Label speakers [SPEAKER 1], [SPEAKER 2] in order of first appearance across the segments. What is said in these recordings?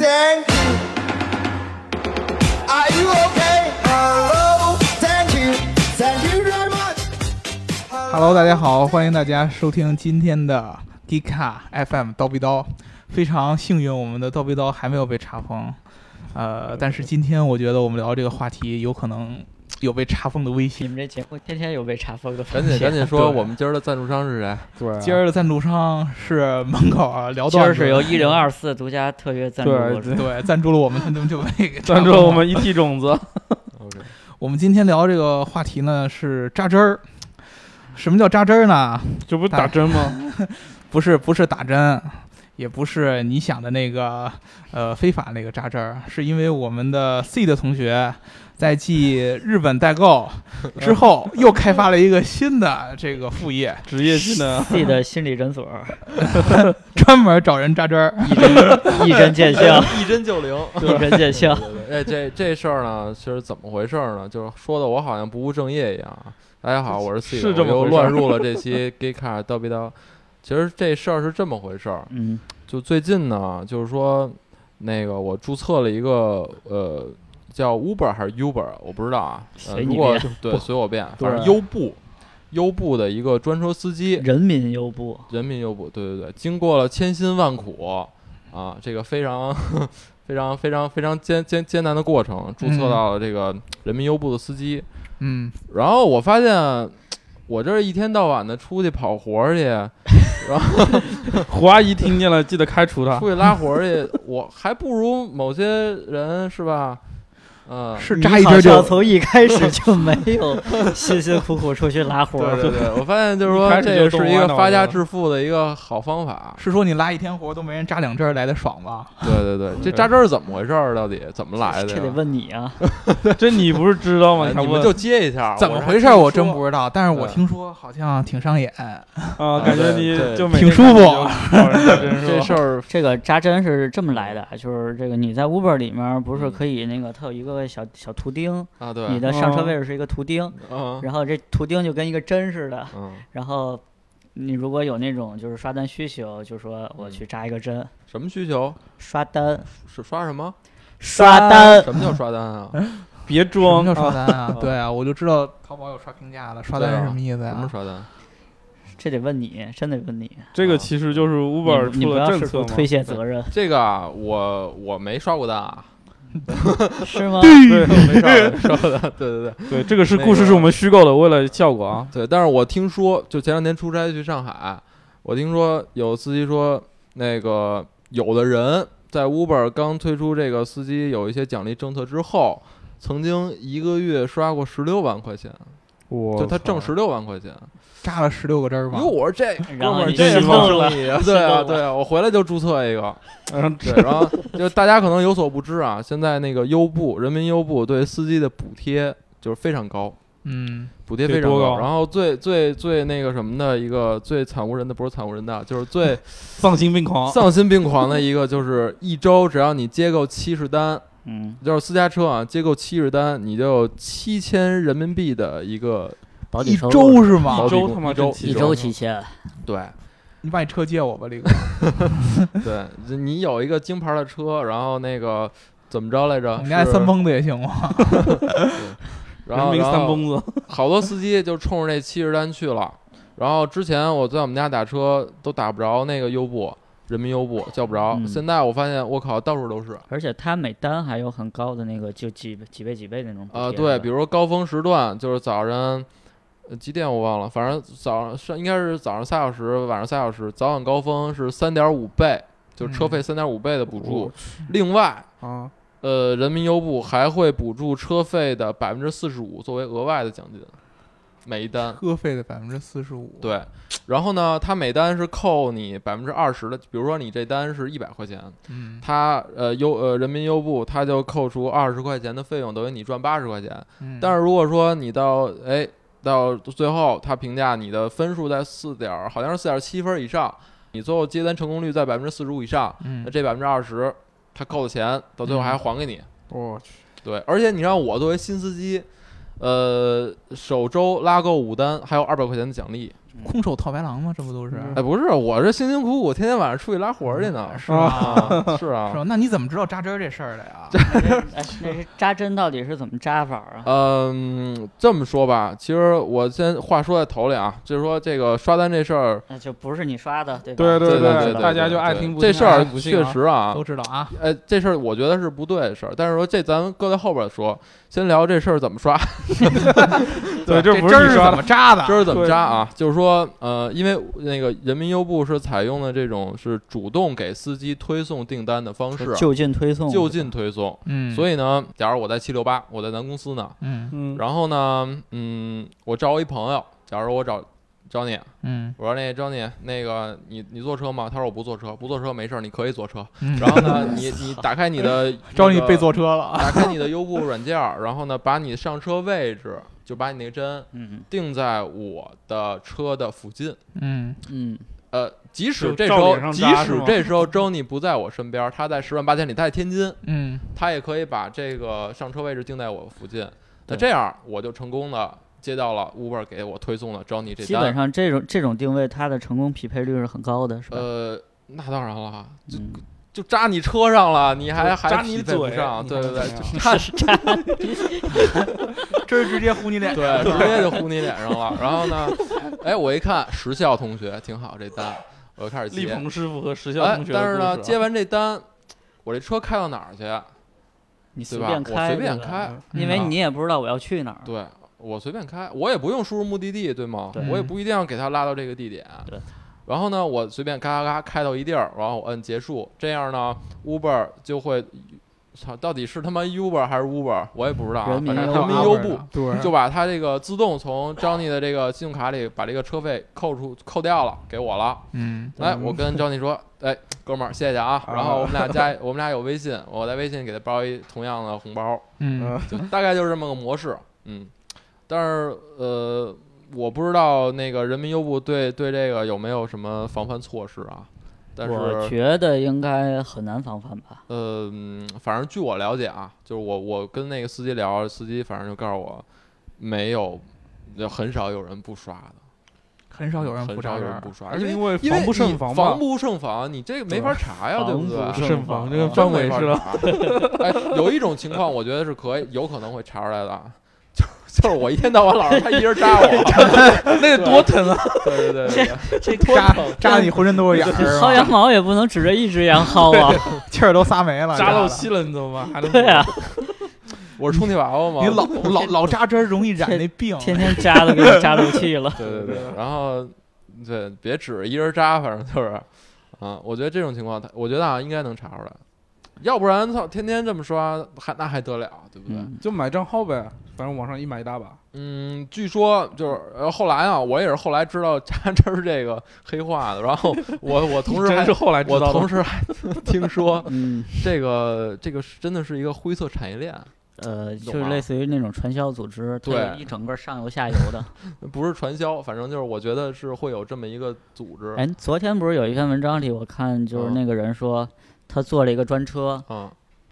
[SPEAKER 1] Oh,
[SPEAKER 2] Hello，大家好，欢迎大家收听今天的 g 卡 FM 刀逼刀。非常幸运，我们的刀逼刀还没有被查封。呃，但是今天我觉得我们聊这个话题有可能有被查封的危
[SPEAKER 3] 你
[SPEAKER 2] 险。
[SPEAKER 3] 们这节目天天有被查封的风
[SPEAKER 4] 赶紧
[SPEAKER 3] 险
[SPEAKER 4] 赶紧说，
[SPEAKER 2] 对
[SPEAKER 4] 我们今儿的赞助商是谁？
[SPEAKER 5] 对啊，
[SPEAKER 2] 今儿的赞助商是门口啊聊
[SPEAKER 3] 今
[SPEAKER 2] 段
[SPEAKER 3] 儿
[SPEAKER 2] 子，
[SPEAKER 3] 哦是由一零二四独家特约赞助
[SPEAKER 5] 对
[SPEAKER 3] 播出。
[SPEAKER 2] 对赞助了我们，他们就被给查
[SPEAKER 5] 赞助
[SPEAKER 2] 封
[SPEAKER 5] 我们一地种子，
[SPEAKER 4] OK，
[SPEAKER 2] 我们今天聊这个话题呢是扎针儿。什么叫扎针儿呢？
[SPEAKER 5] 这不是打针吗？
[SPEAKER 2] 不是不是打针，也不是你想的那个 呃非法那个扎针儿，是因为我们的 C 的同学在继日本代 购之后，又开发了一个新的这个副 业，
[SPEAKER 5] 职业技能，
[SPEAKER 3] 自己的心理诊所，
[SPEAKER 2] 专门找人扎针儿。
[SPEAKER 3] 一针 一针见效，
[SPEAKER 4] 一针就灵。
[SPEAKER 3] 一针见效。
[SPEAKER 4] 哎，这这事儿呢，其实怎么回事儿呢？就是说的我好像不务正业一样啊。大家好，我是 C，
[SPEAKER 5] 是这么
[SPEAKER 4] 又
[SPEAKER 5] 回事儿
[SPEAKER 4] 乱入 了这期 Gay Car 叨逼叨。其实这事儿是这么回事儿，
[SPEAKER 3] 嗯，
[SPEAKER 4] 就最近呢，就是说那个我注册了一个呃叫 Uber 还是 Uber，我不知道啊。呃、
[SPEAKER 3] 随
[SPEAKER 4] 如
[SPEAKER 3] 你
[SPEAKER 4] 果
[SPEAKER 3] 便
[SPEAKER 4] 对随我便，反正
[SPEAKER 5] 对嗯
[SPEAKER 4] 优步，优步的一个专车司机，
[SPEAKER 3] 人民优步，
[SPEAKER 4] 人民优步，对对对，经过了千辛万苦啊，这个非常 非常非常非常艰艰艰难的过程，注册到了这个人民优步的司机。
[SPEAKER 2] 嗯，
[SPEAKER 4] 然后我发现，我这一天到晚的出去跑活儿去，
[SPEAKER 5] 胡阿姨听见了，记得开除他。
[SPEAKER 4] 出去拉活儿去， 我还不如某些人是吧？嗯、
[SPEAKER 2] 是
[SPEAKER 3] 你
[SPEAKER 2] 扎一
[SPEAKER 3] 好
[SPEAKER 2] 针
[SPEAKER 3] 像
[SPEAKER 2] 就
[SPEAKER 3] 从一开始就没 有辛辛苦苦出去拉活
[SPEAKER 4] 对
[SPEAKER 3] 儿，
[SPEAKER 4] 对对，我发现就是
[SPEAKER 5] 一
[SPEAKER 4] 说，
[SPEAKER 5] 开始
[SPEAKER 4] 这
[SPEAKER 5] 就
[SPEAKER 4] 个
[SPEAKER 5] 动
[SPEAKER 4] 是一
[SPEAKER 5] 歪
[SPEAKER 4] 个
[SPEAKER 5] 脑
[SPEAKER 4] 发家
[SPEAKER 5] 子
[SPEAKER 4] 致富的一个好方法。
[SPEAKER 2] 是说你拉一天活都没人扎两针儿来的爽吧？
[SPEAKER 4] 对对对，这扎针是怎么回事儿？到底怎么来的
[SPEAKER 3] 这
[SPEAKER 4] 呀？
[SPEAKER 3] 得问你啊。
[SPEAKER 5] 这你不是知道吗？
[SPEAKER 4] 哎
[SPEAKER 5] 还
[SPEAKER 4] 你
[SPEAKER 5] 问
[SPEAKER 4] 们就接一下，
[SPEAKER 2] 怎么
[SPEAKER 4] 还
[SPEAKER 2] 回事儿？我
[SPEAKER 4] 听
[SPEAKER 2] 真
[SPEAKER 4] 说嗯
[SPEAKER 2] 不知道，但是我
[SPEAKER 4] 对
[SPEAKER 2] 听说好像挺伤眼。
[SPEAKER 5] 啊，感觉你
[SPEAKER 4] 啊对对
[SPEAKER 5] 就每
[SPEAKER 2] 挺
[SPEAKER 5] 天
[SPEAKER 2] 舒服
[SPEAKER 5] 看着就找人
[SPEAKER 4] 这
[SPEAKER 5] 扎针是
[SPEAKER 4] 事
[SPEAKER 5] 吧？
[SPEAKER 4] 儿
[SPEAKER 3] 这个扎针是这么来的，就是这个你在 Uber 里面不是可以那个，它有一个小小图钉，
[SPEAKER 4] 啊，对，
[SPEAKER 3] 你的上车位置是一个图钉，
[SPEAKER 4] 嗯
[SPEAKER 3] 然后这图钉就跟一个针似的，
[SPEAKER 4] 嗯，
[SPEAKER 3] 然后你如果有那种就是刷单需求，就说我去扎一个针，
[SPEAKER 4] 什么需求？
[SPEAKER 3] 刷单，
[SPEAKER 4] 是刷什么？
[SPEAKER 3] 刷单，
[SPEAKER 4] 什么叫刷单啊？
[SPEAKER 5] 别
[SPEAKER 2] 什么
[SPEAKER 5] 装
[SPEAKER 2] 叫刷
[SPEAKER 5] 啊！
[SPEAKER 2] 单啊？对啊，我就知道淘宝有刷评价的，刷单
[SPEAKER 4] 对
[SPEAKER 2] 是
[SPEAKER 4] 啊
[SPEAKER 2] 什么意思
[SPEAKER 4] 什么
[SPEAKER 2] 呀？
[SPEAKER 4] 刷单？
[SPEAKER 3] 这得问你，真得问你，
[SPEAKER 5] 这个其实就是 Uber
[SPEAKER 3] 你你
[SPEAKER 5] 出
[SPEAKER 3] 不
[SPEAKER 5] 了
[SPEAKER 3] 要
[SPEAKER 5] 政
[SPEAKER 3] 试
[SPEAKER 5] 策
[SPEAKER 3] 图
[SPEAKER 5] 嘛，
[SPEAKER 3] 推卸责任，
[SPEAKER 4] 这个啊，我我没刷过单 啊，
[SPEAKER 3] 是吗？
[SPEAKER 5] 对
[SPEAKER 4] 没刷过刷过单， 对对对
[SPEAKER 5] 对，这个是
[SPEAKER 4] 那
[SPEAKER 5] 故事
[SPEAKER 4] 个
[SPEAKER 5] 是我们虚构的，为了效果啊。
[SPEAKER 4] 对。但是我听说，就前两天出差去上海，我听说有司机说，那个有的人在 Uber 刚推出这个司机有一些奖励政策之后，曾经一个月刷过十六万块钱，
[SPEAKER 5] 我
[SPEAKER 4] 就他 挣十六万块钱。
[SPEAKER 2] 扎了十六个针儿吧
[SPEAKER 4] 因为？我说这
[SPEAKER 3] 然
[SPEAKER 4] 哥
[SPEAKER 3] 后
[SPEAKER 4] 们儿
[SPEAKER 3] 你
[SPEAKER 4] 这
[SPEAKER 3] 心
[SPEAKER 4] 是
[SPEAKER 3] 动
[SPEAKER 4] 好
[SPEAKER 3] 了
[SPEAKER 4] 生意啊，对啊
[SPEAKER 3] 动了
[SPEAKER 4] 对啊，我回来就注册一个。
[SPEAKER 5] 嗯，
[SPEAKER 4] 对，然后就大家可能有所不知啊，现在那个优步、人民优步对司机的补贴就是非常高，
[SPEAKER 2] 嗯，
[SPEAKER 4] 补贴
[SPEAKER 5] 得
[SPEAKER 4] 非常
[SPEAKER 5] 多
[SPEAKER 4] 高。
[SPEAKER 5] 高
[SPEAKER 4] 然后最最最那个什么的一个最惨无人的不是惨无人的，啊就是最
[SPEAKER 5] 丧心病狂，
[SPEAKER 4] 丧心病狂的一个，就是一周只要你接够七十单，
[SPEAKER 3] 嗯，
[SPEAKER 4] 就是私家车啊，接够七十单，你就有七千人民币的一个
[SPEAKER 3] 保底
[SPEAKER 2] 一
[SPEAKER 3] 收入
[SPEAKER 2] 周是吗？
[SPEAKER 4] 保
[SPEAKER 5] 一
[SPEAKER 4] 底
[SPEAKER 5] 周
[SPEAKER 4] 工
[SPEAKER 5] 他妈
[SPEAKER 4] 一周
[SPEAKER 5] 真
[SPEAKER 3] 一
[SPEAKER 5] 奇
[SPEAKER 3] 周
[SPEAKER 5] 怪
[SPEAKER 3] 七千，
[SPEAKER 4] 对
[SPEAKER 2] 你把你车借我吧，李哥。
[SPEAKER 4] 啊对，你有一个京牌的车，然后那个怎么着来着？
[SPEAKER 2] 我们家
[SPEAKER 4] 是
[SPEAKER 2] 三，蹦子也行吗？
[SPEAKER 4] 然
[SPEAKER 5] 人
[SPEAKER 4] 后
[SPEAKER 5] 民
[SPEAKER 4] 然
[SPEAKER 5] 三
[SPEAKER 4] 后
[SPEAKER 5] 蹦子，
[SPEAKER 4] 好多司机就冲着这七十单去了。然后之前我在我们家打车都打不着那个优步，人民优步叫不着。
[SPEAKER 3] 嗯
[SPEAKER 4] 现在我发现我靠，到处都是。
[SPEAKER 3] 而且它每单还有很高的那个就几几倍几倍那种补贴
[SPEAKER 4] 呃，对，
[SPEAKER 3] 是吧
[SPEAKER 4] 比如说高峰时段，就是早上呃几点我忘了，反正早上是应该是早上三小时，晚上三小时，早晚高峰是三点五倍，就是车费三点五倍的补助。另外，
[SPEAKER 5] 啊，
[SPEAKER 4] 呃，人民优步还会补助车费的百分之四十五作为额外的奖金，每一单。
[SPEAKER 2] 车费的百分之四十五，，
[SPEAKER 4] 对，然后呢，它每单是扣你百分之二十的，比如说你这单是一百块钱，
[SPEAKER 2] 嗯，
[SPEAKER 4] 它呃优呃人民优步它就扣除二十块钱的费用，等于你赚八十块钱。
[SPEAKER 2] 嗯
[SPEAKER 4] 但是如果说你到哎到最后，它评价你的分数在四点儿，好像是四点七分以上，你最后接单成功率在百分之四十五以上，那
[SPEAKER 2] 嗯，
[SPEAKER 4] 这百分之二十他扣的钱到最后还
[SPEAKER 2] 嗯
[SPEAKER 4] 还给你。
[SPEAKER 5] 我去，
[SPEAKER 4] 对，而且你让我作为新司机，呃，首周拉够五单，还有二百块钱的奖励。
[SPEAKER 2] 空手套白狼吗？这不都是？
[SPEAKER 4] 哎，不是，我这辛辛苦苦天天晚上出去拉活儿去呢。
[SPEAKER 2] 是吧？
[SPEAKER 4] 啊，是
[SPEAKER 2] 是
[SPEAKER 5] 嗯
[SPEAKER 4] 啊，
[SPEAKER 2] 吧？那你怎么知道扎针儿这事儿的呀？
[SPEAKER 3] 哎 那是扎针到底是怎么扎法啊？
[SPEAKER 4] 嗯，这么说吧，其实我先话说在头里啊，就是说这个刷单这事儿，
[SPEAKER 3] 那就不是你刷的，对
[SPEAKER 5] 对
[SPEAKER 3] 吧？
[SPEAKER 4] 对
[SPEAKER 5] 对
[SPEAKER 4] 对，
[SPEAKER 5] 大家就爱
[SPEAKER 4] 对
[SPEAKER 5] 听不
[SPEAKER 4] 这
[SPEAKER 5] 信
[SPEAKER 4] 事
[SPEAKER 5] 爱
[SPEAKER 4] 儿
[SPEAKER 5] 听不信
[SPEAKER 4] 确
[SPEAKER 5] 啊
[SPEAKER 4] 实啊，
[SPEAKER 2] 都知道啊，
[SPEAKER 4] 呃，这事儿我觉得是不对的事儿，但是说这咱们搁在后边儿说，先聊这事儿怎么刷，
[SPEAKER 5] 啊对，
[SPEAKER 2] 这
[SPEAKER 5] 这不
[SPEAKER 2] 针儿
[SPEAKER 5] 是你
[SPEAKER 2] 是
[SPEAKER 5] 刷
[SPEAKER 2] 怎
[SPEAKER 5] 的，
[SPEAKER 2] 么扎的？
[SPEAKER 4] 这是怎么
[SPEAKER 5] 对
[SPEAKER 4] 扎啊？就是说，呃，因为那个人民优步是采用的这种是主动给司机推送订单的方式，
[SPEAKER 3] 就近推送，
[SPEAKER 4] 就近推送。
[SPEAKER 2] 嗯，以
[SPEAKER 4] 所以呢，假如我在七六八，我在咱公司呢，
[SPEAKER 2] 嗯
[SPEAKER 5] 嗯，
[SPEAKER 4] 然后呢，嗯，我找我一朋友，假如我找找你，
[SPEAKER 2] 嗯
[SPEAKER 4] 我说那 Johnny，那个你你坐车吗？他说我不坐车，不坐车没事儿，你可以坐车。
[SPEAKER 2] 嗯，
[SPEAKER 4] 然后呢， 你你打开你的
[SPEAKER 2] 招你
[SPEAKER 4] 那个
[SPEAKER 2] 被坐车了啊，
[SPEAKER 4] 打开你的优步软件儿，然后呢，把你上车位置，就把你那个针
[SPEAKER 3] 嗯
[SPEAKER 4] 定在我的车的附近。
[SPEAKER 2] 嗯
[SPEAKER 3] 嗯，
[SPEAKER 4] 呃，即使
[SPEAKER 5] 就
[SPEAKER 4] 这时
[SPEAKER 5] 照
[SPEAKER 4] 候
[SPEAKER 5] 脸，上
[SPEAKER 4] 即
[SPEAKER 5] 扎是
[SPEAKER 4] 使
[SPEAKER 5] 吗
[SPEAKER 4] 这时候 Johnny 不在我身边儿，他在十万八千里，他在天津，
[SPEAKER 2] 嗯
[SPEAKER 4] 他也可以把这个上车位置定在我附近。那
[SPEAKER 3] 对
[SPEAKER 4] 这样我就成功的接到了 Uber 给我推送的 Johnny 这
[SPEAKER 3] 基本
[SPEAKER 4] 单。
[SPEAKER 3] 上这种这种定位，它的成功匹配率是很高的，是吧？
[SPEAKER 4] 呃，那当然了，
[SPEAKER 3] 嗯，
[SPEAKER 4] 就扎你车上了，你还还
[SPEAKER 5] 扎你
[SPEAKER 4] 匹配不
[SPEAKER 5] 嘴
[SPEAKER 4] 上，
[SPEAKER 5] 你
[SPEAKER 4] 对
[SPEAKER 5] 还
[SPEAKER 4] 对
[SPEAKER 5] 能
[SPEAKER 4] 对
[SPEAKER 5] 怎，么
[SPEAKER 4] 就
[SPEAKER 5] 样
[SPEAKER 4] 扎
[SPEAKER 2] 这是直接呼你脸。
[SPEAKER 4] 对，直接就呼你脸上了。 然后呢，哎，我一看时效同学挺好，这单我就开始
[SPEAKER 5] 力
[SPEAKER 4] 接。
[SPEAKER 5] 鹏师傅和石校
[SPEAKER 4] 哎
[SPEAKER 5] 同，学的故事啊，
[SPEAKER 4] 但是呢，接完这单，我这车开到哪儿去？啊
[SPEAKER 3] 你
[SPEAKER 4] 对
[SPEAKER 3] 随
[SPEAKER 4] 吧
[SPEAKER 3] 便
[SPEAKER 4] 我
[SPEAKER 3] 开，
[SPEAKER 4] 随便
[SPEAKER 3] 对吧
[SPEAKER 4] 开，嗯
[SPEAKER 3] 因为你也不知道我要去哪儿。
[SPEAKER 4] 对我随便开，我也不用输入目的地，对
[SPEAKER 3] 啊
[SPEAKER 4] 吗？
[SPEAKER 3] 对
[SPEAKER 4] 我也不一定要给他拉到这个地点。
[SPEAKER 3] 对。
[SPEAKER 4] 然后呢，我随便嘎嘎嘎开到一地儿，然后我摁结束，这样呢，Uber 就会，操，到底是他妈 Uber 还是 Uber，我也不知道啊，
[SPEAKER 3] 人民
[SPEAKER 4] 反正
[SPEAKER 3] 优
[SPEAKER 4] 他
[SPEAKER 3] 步
[SPEAKER 4] 们优步
[SPEAKER 2] 对，
[SPEAKER 4] 就把他这个自动从 Johnny 的这个信用卡里把这个车费扣出扣掉了，给我了。
[SPEAKER 2] 嗯
[SPEAKER 4] 来，我跟 Johnny 说，哎，哥们儿，谢谢啊。然后我们 俩加，我们俩有微信，我在微信给他包一同样的红包，
[SPEAKER 2] 嗯
[SPEAKER 5] 嗯，
[SPEAKER 4] 就大概就是这么个模式。嗯，但是呃，我不知道那个人民优步对对这个有没有什么防范措施啊？但
[SPEAKER 3] 我
[SPEAKER 4] 是
[SPEAKER 3] 觉得应该很难防范吧。
[SPEAKER 4] 呃，嗯反正据我了解啊，就是我我跟那个司机聊，司机反正就告诉我，没有，就很少有人不刷的。
[SPEAKER 2] 很哦少有人不
[SPEAKER 4] 很
[SPEAKER 2] 扎
[SPEAKER 4] 少有
[SPEAKER 2] 人
[SPEAKER 4] 人
[SPEAKER 2] 儿
[SPEAKER 4] 不。刷，
[SPEAKER 5] 而且
[SPEAKER 4] 因
[SPEAKER 5] 因为
[SPEAKER 4] 因
[SPEAKER 5] 防不胜
[SPEAKER 4] 你
[SPEAKER 5] 防嘛
[SPEAKER 4] 防不胜防，你这个没法查呀，对
[SPEAKER 3] 防
[SPEAKER 4] 不对？
[SPEAKER 3] 不
[SPEAKER 5] 胜
[SPEAKER 3] 防
[SPEAKER 5] 防，这跟
[SPEAKER 3] 啊
[SPEAKER 5] 范伟似的，
[SPEAKER 4] 的。哎，有一种情况，我觉得是可以，有可能会查出来的啊，就就是我一天到晚老是他一人扎我，
[SPEAKER 5] 那得多疼啊！
[SPEAKER 4] 对对对 对对，
[SPEAKER 3] 这
[SPEAKER 2] 扎扎得你浑身都是眼儿
[SPEAKER 3] 薅
[SPEAKER 2] 啊，
[SPEAKER 3] 羊毛也不能指着一只羊薅啊！
[SPEAKER 2] 气儿都撒没了。
[SPEAKER 5] 扎
[SPEAKER 2] 到
[SPEAKER 5] 漏气了你怎么办？还能
[SPEAKER 3] 对啊，
[SPEAKER 4] 我是充气娃娃嘛，
[SPEAKER 2] 你老老老扎针儿容易染那病。
[SPEAKER 3] 天天扎的给你扎漏气 了。
[SPEAKER 4] 对对对，然后对，别指一人扎，反正就是，啊，我觉得这种情况，他我觉得啊，应该能查出来，要不然操，天天这么刷，还那还得了，对不对？
[SPEAKER 3] 嗯，
[SPEAKER 5] 就买账号呗，反正网上一买一大把。
[SPEAKER 4] 嗯，据说就是呃，后来啊，我也是后来知道 扎针儿这个黑话的，然后我我同事
[SPEAKER 5] 真
[SPEAKER 4] 还
[SPEAKER 5] 是后来知
[SPEAKER 4] 我
[SPEAKER 5] 道
[SPEAKER 4] 同
[SPEAKER 5] 的，
[SPEAKER 4] 事还听说
[SPEAKER 3] 嗯，
[SPEAKER 4] 这个这个是真的是一个灰色产业链，
[SPEAKER 3] 呃，就
[SPEAKER 4] 懂
[SPEAKER 3] 是
[SPEAKER 4] 吗
[SPEAKER 3] 类似于那种传销组织，它
[SPEAKER 4] 对
[SPEAKER 3] 有一整个上游下 游的。
[SPEAKER 4] 不是传销，反正就是我觉得是会有这么一个组织，
[SPEAKER 3] 哎，昨天不是有一篇文章里，我看就是
[SPEAKER 4] 嗯
[SPEAKER 3] 那个人说，他坐了一个专车，
[SPEAKER 4] 嗯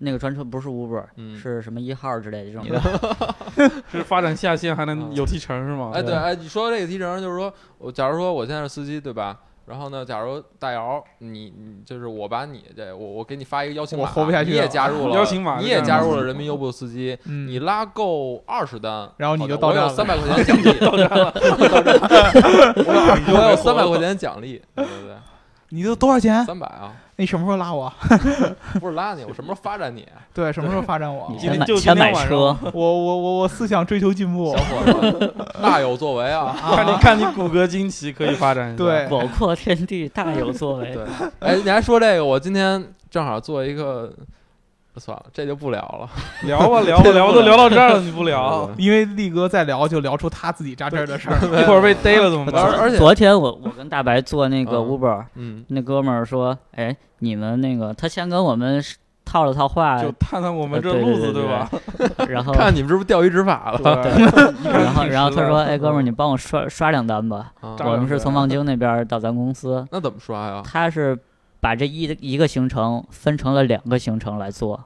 [SPEAKER 3] 那个专车不是 Uber，、
[SPEAKER 4] 嗯，
[SPEAKER 3] 是什么一号之类的这种
[SPEAKER 2] 你的
[SPEAKER 5] 是发展下线还能有提成是吗？
[SPEAKER 4] 哎对，哎，你说这个提成就是说，我假如说我现在是司机对吧？然后呢，假如大姚，你你就是我把你这我我给你发一个邀请
[SPEAKER 2] 我
[SPEAKER 4] 码，
[SPEAKER 2] 活不下去
[SPEAKER 4] 你也
[SPEAKER 2] 了
[SPEAKER 4] 加入了
[SPEAKER 5] 邀请码
[SPEAKER 4] 你
[SPEAKER 5] 就
[SPEAKER 4] 也
[SPEAKER 5] 这
[SPEAKER 4] 加
[SPEAKER 5] 样
[SPEAKER 4] 入
[SPEAKER 5] 了
[SPEAKER 4] 了人民优步司机，
[SPEAKER 2] 嗯
[SPEAKER 4] 你拉够二十单，
[SPEAKER 2] 然后你就
[SPEAKER 4] 好
[SPEAKER 2] 到
[SPEAKER 4] 的
[SPEAKER 2] 账
[SPEAKER 4] 我
[SPEAKER 2] 了
[SPEAKER 4] 有三百 块钱奖励， 我有三百块钱奖励，对对对，
[SPEAKER 2] 你都多少钱？
[SPEAKER 4] 三百啊，
[SPEAKER 2] 你什么时候拉我？
[SPEAKER 4] 不是拉你，我什么时候发展你，
[SPEAKER 2] 对，什么时候发展我
[SPEAKER 3] 你？
[SPEAKER 5] 今
[SPEAKER 3] 先
[SPEAKER 5] 天
[SPEAKER 3] 买
[SPEAKER 5] 就今
[SPEAKER 3] 先
[SPEAKER 5] 天
[SPEAKER 3] 买
[SPEAKER 5] 晚
[SPEAKER 3] 车，
[SPEAKER 2] 我 我我我思想追求进步
[SPEAKER 4] 小。伙子，大有作为啊！
[SPEAKER 5] 看 你看你骨骼惊奇可以发展一下。
[SPEAKER 2] 对，
[SPEAKER 3] 广阔天地，大有作为。
[SPEAKER 4] 对哎，你还说这个，我今天正好做一个，算了，这就不聊了。
[SPEAKER 5] 聊吧聊吧聊吧，都聊到这儿了，你不聊
[SPEAKER 4] 对，
[SPEAKER 2] 因为力哥再聊就聊出他自己扎针儿的事 儿。
[SPEAKER 5] 一会儿被逮了怎么
[SPEAKER 4] 而
[SPEAKER 5] 办？
[SPEAKER 4] 而且，
[SPEAKER 3] 昨天我我跟大白坐那个
[SPEAKER 4] 嗯
[SPEAKER 3] Uber，、
[SPEAKER 4] 嗯，
[SPEAKER 3] 那哥们儿说，哎，你们那个他先跟我们是套了套话，
[SPEAKER 5] 就探探我们
[SPEAKER 3] 呃
[SPEAKER 5] 这
[SPEAKER 3] 对
[SPEAKER 5] 路
[SPEAKER 3] 对
[SPEAKER 5] 子
[SPEAKER 3] 对对
[SPEAKER 5] 吧？
[SPEAKER 3] 然后
[SPEAKER 4] 看你们是不是钓鱼执法
[SPEAKER 3] 嗯
[SPEAKER 4] 了？
[SPEAKER 5] 对
[SPEAKER 3] 然后然后他说，
[SPEAKER 5] 嗯
[SPEAKER 3] 哎，哥们儿，你帮我刷刷两单吧，
[SPEAKER 4] 啊
[SPEAKER 5] 扎
[SPEAKER 3] 我们是
[SPEAKER 5] 两单啊
[SPEAKER 3] 从望京那边儿到咱公司，
[SPEAKER 4] 那怎么刷呀？
[SPEAKER 3] 他是把这一一个行程分成了两个行程来做，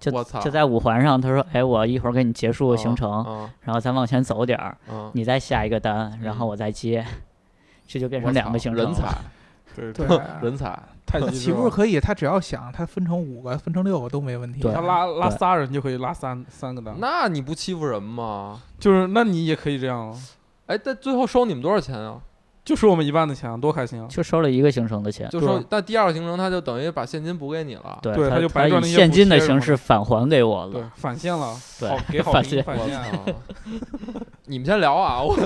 [SPEAKER 3] 就
[SPEAKER 4] 我
[SPEAKER 5] 啊
[SPEAKER 4] 操，
[SPEAKER 3] 就在五环上，他说，哎，我一会儿给你结束行程，
[SPEAKER 4] 啊
[SPEAKER 3] 然后咱往前走点儿，
[SPEAKER 4] 啊啊！
[SPEAKER 3] 你再下一个单，然后我再接，这就变成两个行程
[SPEAKER 4] 人
[SPEAKER 3] 了。
[SPEAKER 4] 才，
[SPEAKER 5] 对
[SPEAKER 2] 对，
[SPEAKER 4] 人才，
[SPEAKER 5] 太极
[SPEAKER 2] 起
[SPEAKER 5] 致
[SPEAKER 2] 步
[SPEAKER 5] 了。
[SPEAKER 2] 可以，他只要想，他分成五个、分成六个都没问题。啊
[SPEAKER 3] 对
[SPEAKER 5] 他拉拉
[SPEAKER 3] 对
[SPEAKER 5] 仨人就可以拉三三个
[SPEAKER 3] 嗯
[SPEAKER 5] 单，
[SPEAKER 4] 那你不欺负人吗？
[SPEAKER 5] 就是那你也可以这样啊，
[SPEAKER 4] 哎，但最后收你们多少钱啊？
[SPEAKER 5] 就收我们一半的钱，多开心啊！
[SPEAKER 3] 就收了一个行程的钱，
[SPEAKER 4] 就
[SPEAKER 5] 对
[SPEAKER 4] 收，但第二个行程他就等于把现金补给你了。
[SPEAKER 3] 对
[SPEAKER 5] 对
[SPEAKER 3] 他
[SPEAKER 5] 他就白赚了
[SPEAKER 3] 以
[SPEAKER 5] 一些
[SPEAKER 3] 现
[SPEAKER 5] 补
[SPEAKER 3] 金的
[SPEAKER 5] 贴什
[SPEAKER 3] 形
[SPEAKER 5] 么
[SPEAKER 3] 式返还给我
[SPEAKER 5] 对
[SPEAKER 3] 了，，
[SPEAKER 5] 返现了，
[SPEAKER 3] 对
[SPEAKER 5] 好给好
[SPEAKER 3] 返
[SPEAKER 5] 评
[SPEAKER 3] 现
[SPEAKER 5] 返现。
[SPEAKER 4] 啊你们先聊啊，我我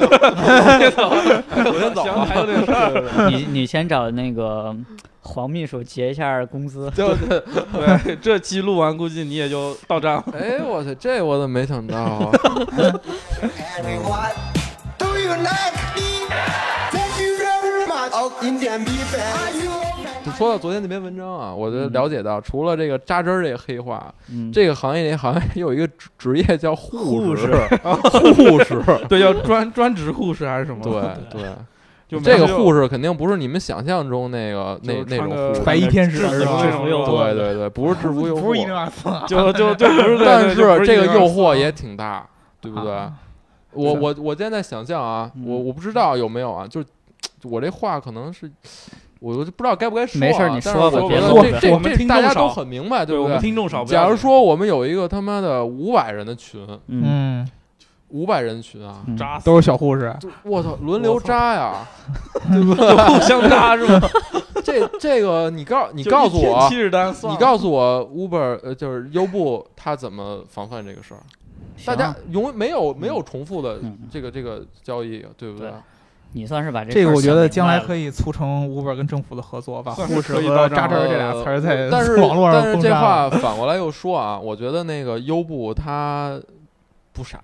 [SPEAKER 4] 先走了，我先走
[SPEAKER 5] 行，
[SPEAKER 4] 了。
[SPEAKER 5] 还有点事 儿，
[SPEAKER 3] 你你先找那个黄秘书结一下工资，
[SPEAKER 5] 就对这期录完，估计你也就到站了。
[SPEAKER 4] 哎，我去，这我怎么没想到啊？
[SPEAKER 1] Everyone, do you like me? Thank you very much. Oh, Indian beef. Are you okay?
[SPEAKER 4] 就说到昨天那篇文章啊，我就了解到，除了这个扎针儿这个黑话，
[SPEAKER 3] 嗯，
[SPEAKER 4] 这个行业里好像有一个职职业叫护
[SPEAKER 2] 护
[SPEAKER 4] 士，护 士，
[SPEAKER 5] 对，要专专职护士还是什么？
[SPEAKER 4] 对对。
[SPEAKER 5] 就
[SPEAKER 4] 这个
[SPEAKER 5] 护
[SPEAKER 4] 护士肯定不是你们想象中那个那
[SPEAKER 5] 就
[SPEAKER 4] 那
[SPEAKER 5] 穿
[SPEAKER 4] 种
[SPEAKER 5] 个
[SPEAKER 4] 护士，
[SPEAKER 2] 白衣天使
[SPEAKER 5] 制服
[SPEAKER 2] 是吧
[SPEAKER 5] 这种诱惑
[SPEAKER 4] 对对对，不是制服诱
[SPEAKER 2] 不是一
[SPEAKER 4] 惑，
[SPEAKER 2] 定要死啊，
[SPEAKER 5] 就就就不是，
[SPEAKER 4] 但
[SPEAKER 5] 对对就不
[SPEAKER 4] 是
[SPEAKER 5] 是
[SPEAKER 4] 这个
[SPEAKER 5] 一
[SPEAKER 4] 诱
[SPEAKER 5] 二
[SPEAKER 4] 惑也挺大，对不对？
[SPEAKER 2] 啊
[SPEAKER 4] 我
[SPEAKER 5] 是
[SPEAKER 4] 我我现在想象啊，
[SPEAKER 3] 嗯
[SPEAKER 4] 我我不知道有没有啊，就是我这话可能是。我我就不知道该不该说、啊，
[SPEAKER 3] 没事儿你
[SPEAKER 4] 但是
[SPEAKER 3] 说吧
[SPEAKER 4] 我觉
[SPEAKER 3] 别
[SPEAKER 4] 得
[SPEAKER 3] 录
[SPEAKER 4] 这
[SPEAKER 5] 呗
[SPEAKER 4] 这
[SPEAKER 5] 我们
[SPEAKER 4] 这
[SPEAKER 5] 听
[SPEAKER 4] 大
[SPEAKER 5] 众
[SPEAKER 4] 家都
[SPEAKER 5] 少
[SPEAKER 4] 很明白，
[SPEAKER 5] 对
[SPEAKER 4] 不
[SPEAKER 5] 我们
[SPEAKER 4] 对？
[SPEAKER 5] 听众少。不要
[SPEAKER 4] 假如
[SPEAKER 5] 紧
[SPEAKER 4] 说我们有一个他妈的五百人的群，
[SPEAKER 3] 嗯
[SPEAKER 2] 嗯，
[SPEAKER 4] 五百人群啊，
[SPEAKER 3] 嗯
[SPEAKER 5] 扎死
[SPEAKER 2] 都是小护士，
[SPEAKER 4] 就我操，轮流
[SPEAKER 5] 我操
[SPEAKER 4] 扎呀！
[SPEAKER 5] 互相扎是吗？
[SPEAKER 4] 这这个你告 你
[SPEAKER 5] 你
[SPEAKER 4] 告诉我，
[SPEAKER 5] 七十单算
[SPEAKER 2] 啊
[SPEAKER 4] 你
[SPEAKER 5] 了，
[SPEAKER 4] 告诉我，Uber 呃，就是优步，它怎么防范这个事儿？大
[SPEAKER 2] 啊
[SPEAKER 3] 行
[SPEAKER 4] 家永没有没有重复的
[SPEAKER 3] 嗯
[SPEAKER 4] 这个这个交易，对不对？
[SPEAKER 3] 你算是把这
[SPEAKER 2] 这个我觉得将来
[SPEAKER 3] 以
[SPEAKER 2] 可以促成 Uber 跟政府的合作，把
[SPEAKER 5] 算
[SPEAKER 2] 护士
[SPEAKER 5] 是可以
[SPEAKER 2] 和
[SPEAKER 5] 到
[SPEAKER 2] 扎
[SPEAKER 5] 账
[SPEAKER 2] 针
[SPEAKER 5] 了
[SPEAKER 2] 儿这俩词儿在
[SPEAKER 4] 呃但是
[SPEAKER 2] 网络上
[SPEAKER 4] 但是
[SPEAKER 2] 封
[SPEAKER 4] 这
[SPEAKER 2] 杀了。
[SPEAKER 4] 话反过来又说啊，我觉得那个优步它不傻，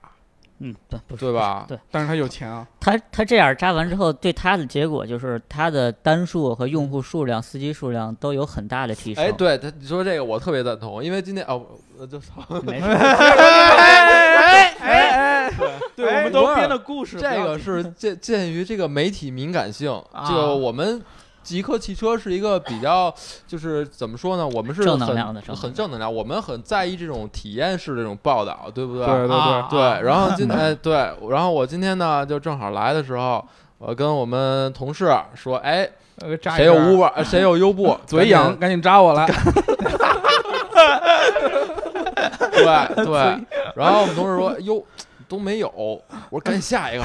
[SPEAKER 3] 嗯不不
[SPEAKER 4] 对吧？
[SPEAKER 3] 对
[SPEAKER 5] 但是他有钱啊，
[SPEAKER 3] 他他这样扎完之后，对他的结果就是他的单数和用户数量、司机数量都有很大的提升。
[SPEAKER 4] 哎，对他，你说这个我特别赞同，因为今天哦，呃就
[SPEAKER 3] 没事，
[SPEAKER 5] 对，
[SPEAKER 2] 哎
[SPEAKER 5] 我们都编的故事，
[SPEAKER 4] 这
[SPEAKER 5] 不要
[SPEAKER 4] 个
[SPEAKER 5] 紧
[SPEAKER 4] 是鉴鉴于这个媒体敏感性，
[SPEAKER 2] 啊
[SPEAKER 4] 这个我们。极客汽车是一个比较，就是怎么说呢？我们是
[SPEAKER 3] 正能
[SPEAKER 4] 很
[SPEAKER 3] 量的正能量
[SPEAKER 4] 很正能量，我们很在意这种体验式这种报道，对不对？
[SPEAKER 5] 对对
[SPEAKER 2] 啊
[SPEAKER 5] 对，
[SPEAKER 4] 对，然后今天哎对，然后我今天呢就正好来的时候，我跟我们同事说，哎，
[SPEAKER 2] 呃扎一
[SPEAKER 4] 谁有
[SPEAKER 2] 针儿
[SPEAKER 4] Uber，呃谁有优步，
[SPEAKER 5] 嘴痒，
[SPEAKER 4] 赶紧
[SPEAKER 5] 赶紧扎 我来。
[SPEAKER 4] 对对。然后我们同事说，哟，都没有，我说赶紧下 一个，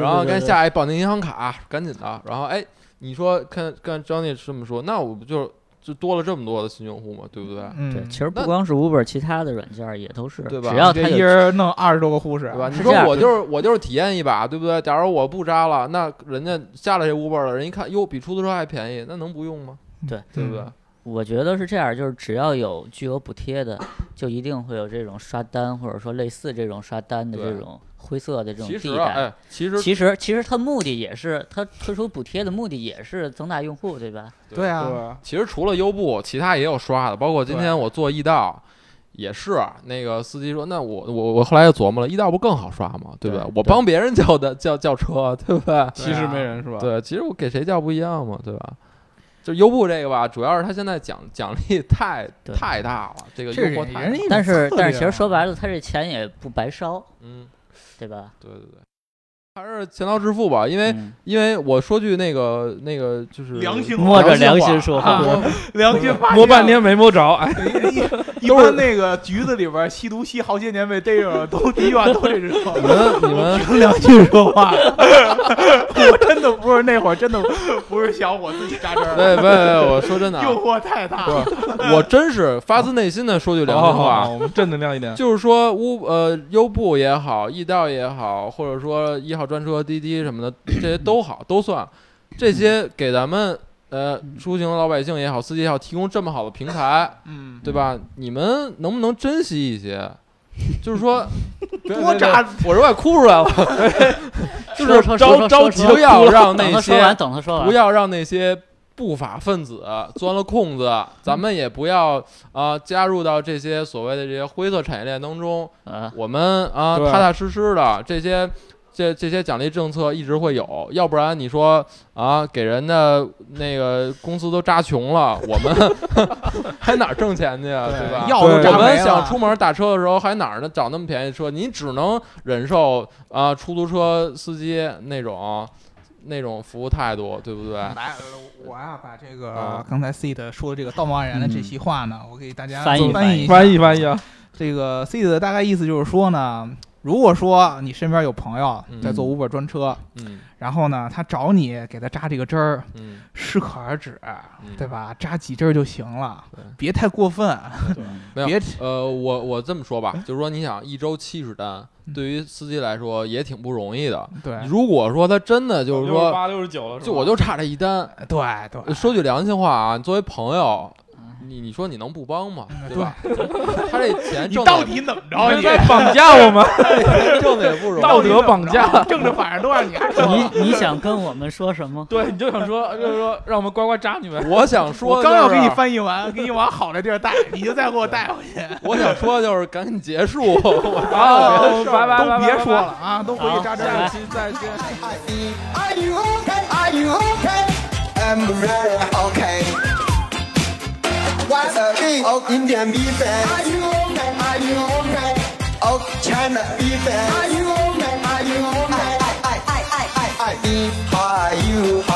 [SPEAKER 4] 然后赶紧下一绑定银行卡，赶紧的。然后哎，你说看看张烈这么说，那我不就就多了这么多的新用户嘛，对不对？
[SPEAKER 3] 对，
[SPEAKER 2] 嗯
[SPEAKER 3] 其，实不
[SPEAKER 4] 那
[SPEAKER 3] 光是 Uber，其他的软件儿也都是，
[SPEAKER 4] 对吧
[SPEAKER 3] 只要
[SPEAKER 2] 这
[SPEAKER 3] 他
[SPEAKER 2] 一
[SPEAKER 3] 有
[SPEAKER 2] 人弄二十多个护士
[SPEAKER 4] 对，吧？你
[SPEAKER 3] 嗯是
[SPEAKER 4] 说
[SPEAKER 3] 这样
[SPEAKER 4] 我
[SPEAKER 3] 就
[SPEAKER 4] 就是我就是体验一把，对不对？假如我不扎了，那人家下了这 Uber 了，人一看，哟，比出租车还便宜，那能不用吗？
[SPEAKER 3] 对
[SPEAKER 4] 对不对？
[SPEAKER 3] 我觉得是这样，就是只要有巨额补贴的， 就一定会有这种刷单，或者说类似这种刷单的
[SPEAKER 4] 对
[SPEAKER 3] 这种灰色的这种
[SPEAKER 4] 其实
[SPEAKER 3] 地
[SPEAKER 4] 啊，
[SPEAKER 3] 带。
[SPEAKER 4] 哎，其实
[SPEAKER 3] 其实，其实它目的也是，它推出补贴的目的也是增大用户，对吧？
[SPEAKER 2] 对啊，
[SPEAKER 5] 对，
[SPEAKER 4] 其实除了优步，其他也有刷的，包括今天我坐易道。也是，那个司机说，那我我我后来又琢磨了，易道不更好刷吗？对不对？
[SPEAKER 3] 对
[SPEAKER 4] 我帮别人叫的叫叫车，对不对？
[SPEAKER 5] 其实没人是吧？
[SPEAKER 4] 对，其实我给谁叫不一样嘛，对吧？就优步这个吧，主要是他现在奖奖励太
[SPEAKER 3] 对
[SPEAKER 4] 太大了，这个
[SPEAKER 2] 啊这
[SPEAKER 4] 诱惑
[SPEAKER 2] 人
[SPEAKER 4] 太
[SPEAKER 2] 人
[SPEAKER 4] 大，
[SPEAKER 2] 一
[SPEAKER 3] 但是，
[SPEAKER 2] 策略
[SPEAKER 3] 但是其
[SPEAKER 2] 啊
[SPEAKER 3] 实说白了，他这钱也不白烧，
[SPEAKER 4] 嗯，
[SPEAKER 3] 对吧？
[SPEAKER 4] 对对对，还是钱到致富吧，因为、
[SPEAKER 3] 嗯
[SPEAKER 4] 因为我说句那个那个就是
[SPEAKER 2] 良心
[SPEAKER 3] 摸着
[SPEAKER 4] 良
[SPEAKER 3] 良
[SPEAKER 4] 心
[SPEAKER 3] 心说话，
[SPEAKER 4] 我
[SPEAKER 2] 良心发现
[SPEAKER 5] 摸半天没摸着，哎，
[SPEAKER 2] 一般那个局子里边吸毒吸好些年被逮着，都第一句话都得这
[SPEAKER 4] 你
[SPEAKER 2] 说。
[SPEAKER 4] 们你们
[SPEAKER 2] 凭良心说话， 我真的不是那会儿，真的不是想我自己扎针儿，
[SPEAKER 4] 对不不，我说真的、啊，
[SPEAKER 2] 诱惑太大。了。
[SPEAKER 4] 不是，我真是发自内心的说句良
[SPEAKER 5] 好
[SPEAKER 4] 心
[SPEAKER 5] 好好，
[SPEAKER 3] 哦
[SPEAKER 4] 话，
[SPEAKER 5] 我们正能量一点。
[SPEAKER 4] 就是说乌呃优步也好，易道也好，或者说一号专车、滴滴什么的，这些都好，都算，这些给咱们呃出行的老百姓也好，司机也好，提供这么好的平台，
[SPEAKER 2] 嗯，
[SPEAKER 4] 对吧？你们能不能珍惜一些？就是说，
[SPEAKER 2] 多扎
[SPEAKER 4] 我这快哭出来了，就
[SPEAKER 3] 说
[SPEAKER 4] 是
[SPEAKER 3] 说说
[SPEAKER 4] 着
[SPEAKER 3] 说
[SPEAKER 4] 着
[SPEAKER 3] 说
[SPEAKER 4] 急
[SPEAKER 3] 说
[SPEAKER 4] 不要让
[SPEAKER 3] 等
[SPEAKER 4] 那
[SPEAKER 3] 他说
[SPEAKER 4] 些
[SPEAKER 3] 完，等他说
[SPEAKER 4] 不
[SPEAKER 3] 完。
[SPEAKER 4] 要让那些不法分子钻了空子，咱们也不要啊、加入到这些所谓的这些灰色产业链当中。
[SPEAKER 3] 啊，
[SPEAKER 4] 我们啊、
[SPEAKER 5] 对
[SPEAKER 4] 踏踏实实的这些。这这些奖励政策一直会有，要不然你说啊，给人的那个公司都扎穷了，我们 还哪儿挣钱去啊，对吧？
[SPEAKER 2] 药都
[SPEAKER 5] 对
[SPEAKER 2] 扎
[SPEAKER 4] 我们
[SPEAKER 2] 没
[SPEAKER 4] 想
[SPEAKER 2] 了
[SPEAKER 4] 出门打车的时候，还哪儿呢找那么便宜的车？你只能忍受啊、出租车司机那种那种服务态度，对不对？
[SPEAKER 2] 来，我呀、把这个
[SPEAKER 4] 啊
[SPEAKER 2] 刚才 Seed 说的这个道貌岸然的这席话呢，我给大家
[SPEAKER 3] 翻译
[SPEAKER 2] 翻一下。
[SPEAKER 5] 翻译翻译啊，
[SPEAKER 2] 这个 Seed 的大概意思就是说呢，如果说你身边有朋友在坐 Uber 专车，
[SPEAKER 4] 嗯
[SPEAKER 2] 然后呢他找你给他扎这个针儿，
[SPEAKER 4] 嗯，
[SPEAKER 2] 适可而止，对吧？扎几针儿就行了
[SPEAKER 4] 对，
[SPEAKER 2] 别太过分，
[SPEAKER 4] 没有
[SPEAKER 2] 别
[SPEAKER 4] 呃，我我这么说吧，就是说你想一周七十单，对于司机来说也挺不容易的。
[SPEAKER 2] 对
[SPEAKER 4] 如果说他真的就是
[SPEAKER 5] 六十
[SPEAKER 4] 说，
[SPEAKER 5] 八六十九了，
[SPEAKER 4] 就我就差这一单，
[SPEAKER 2] 对对，
[SPEAKER 4] 说句良心话啊，作为朋友，
[SPEAKER 2] 嗯
[SPEAKER 4] 你你说你能不帮吗？对吧？他这钱
[SPEAKER 2] 你
[SPEAKER 4] 挣
[SPEAKER 2] 到
[SPEAKER 4] 的也，
[SPEAKER 2] 底怎么着
[SPEAKER 5] 然后
[SPEAKER 2] 你？
[SPEAKER 5] 在绑架 我们，
[SPEAKER 4] 他 这钱挣的也不容
[SPEAKER 5] 到
[SPEAKER 4] 易。
[SPEAKER 5] 哦底怎么着道德绑架
[SPEAKER 2] 正着反着都让你还说
[SPEAKER 3] 你你想跟我们说什么？
[SPEAKER 5] 对，你就想说就是说让我们乖乖扎你们，
[SPEAKER 4] 我想说
[SPEAKER 2] 我
[SPEAKER 4] 就
[SPEAKER 2] 刚
[SPEAKER 4] 是，
[SPEAKER 2] 要给你翻译完，给你往好的地儿带，你就再给我带回去。
[SPEAKER 4] 我想说就是赶紧结束，我
[SPEAKER 5] 啊好
[SPEAKER 4] 还有别的事
[SPEAKER 5] 哦拜
[SPEAKER 4] 儿。
[SPEAKER 5] 拜
[SPEAKER 2] 都别
[SPEAKER 5] 拜拜
[SPEAKER 2] 说了啊，都回去
[SPEAKER 3] 好
[SPEAKER 2] 扎针
[SPEAKER 3] 拜
[SPEAKER 2] 儿
[SPEAKER 3] 拜。
[SPEAKER 5] 期再见。
[SPEAKER 1] Are you okay? Are you okay? I'm very okay. What's the thing of Indian beef? and- Are you okay? Are you okay? Of China beef? and- Are you okay? Are you okay? I, I, I, I, I, I, I, I, I, I, I,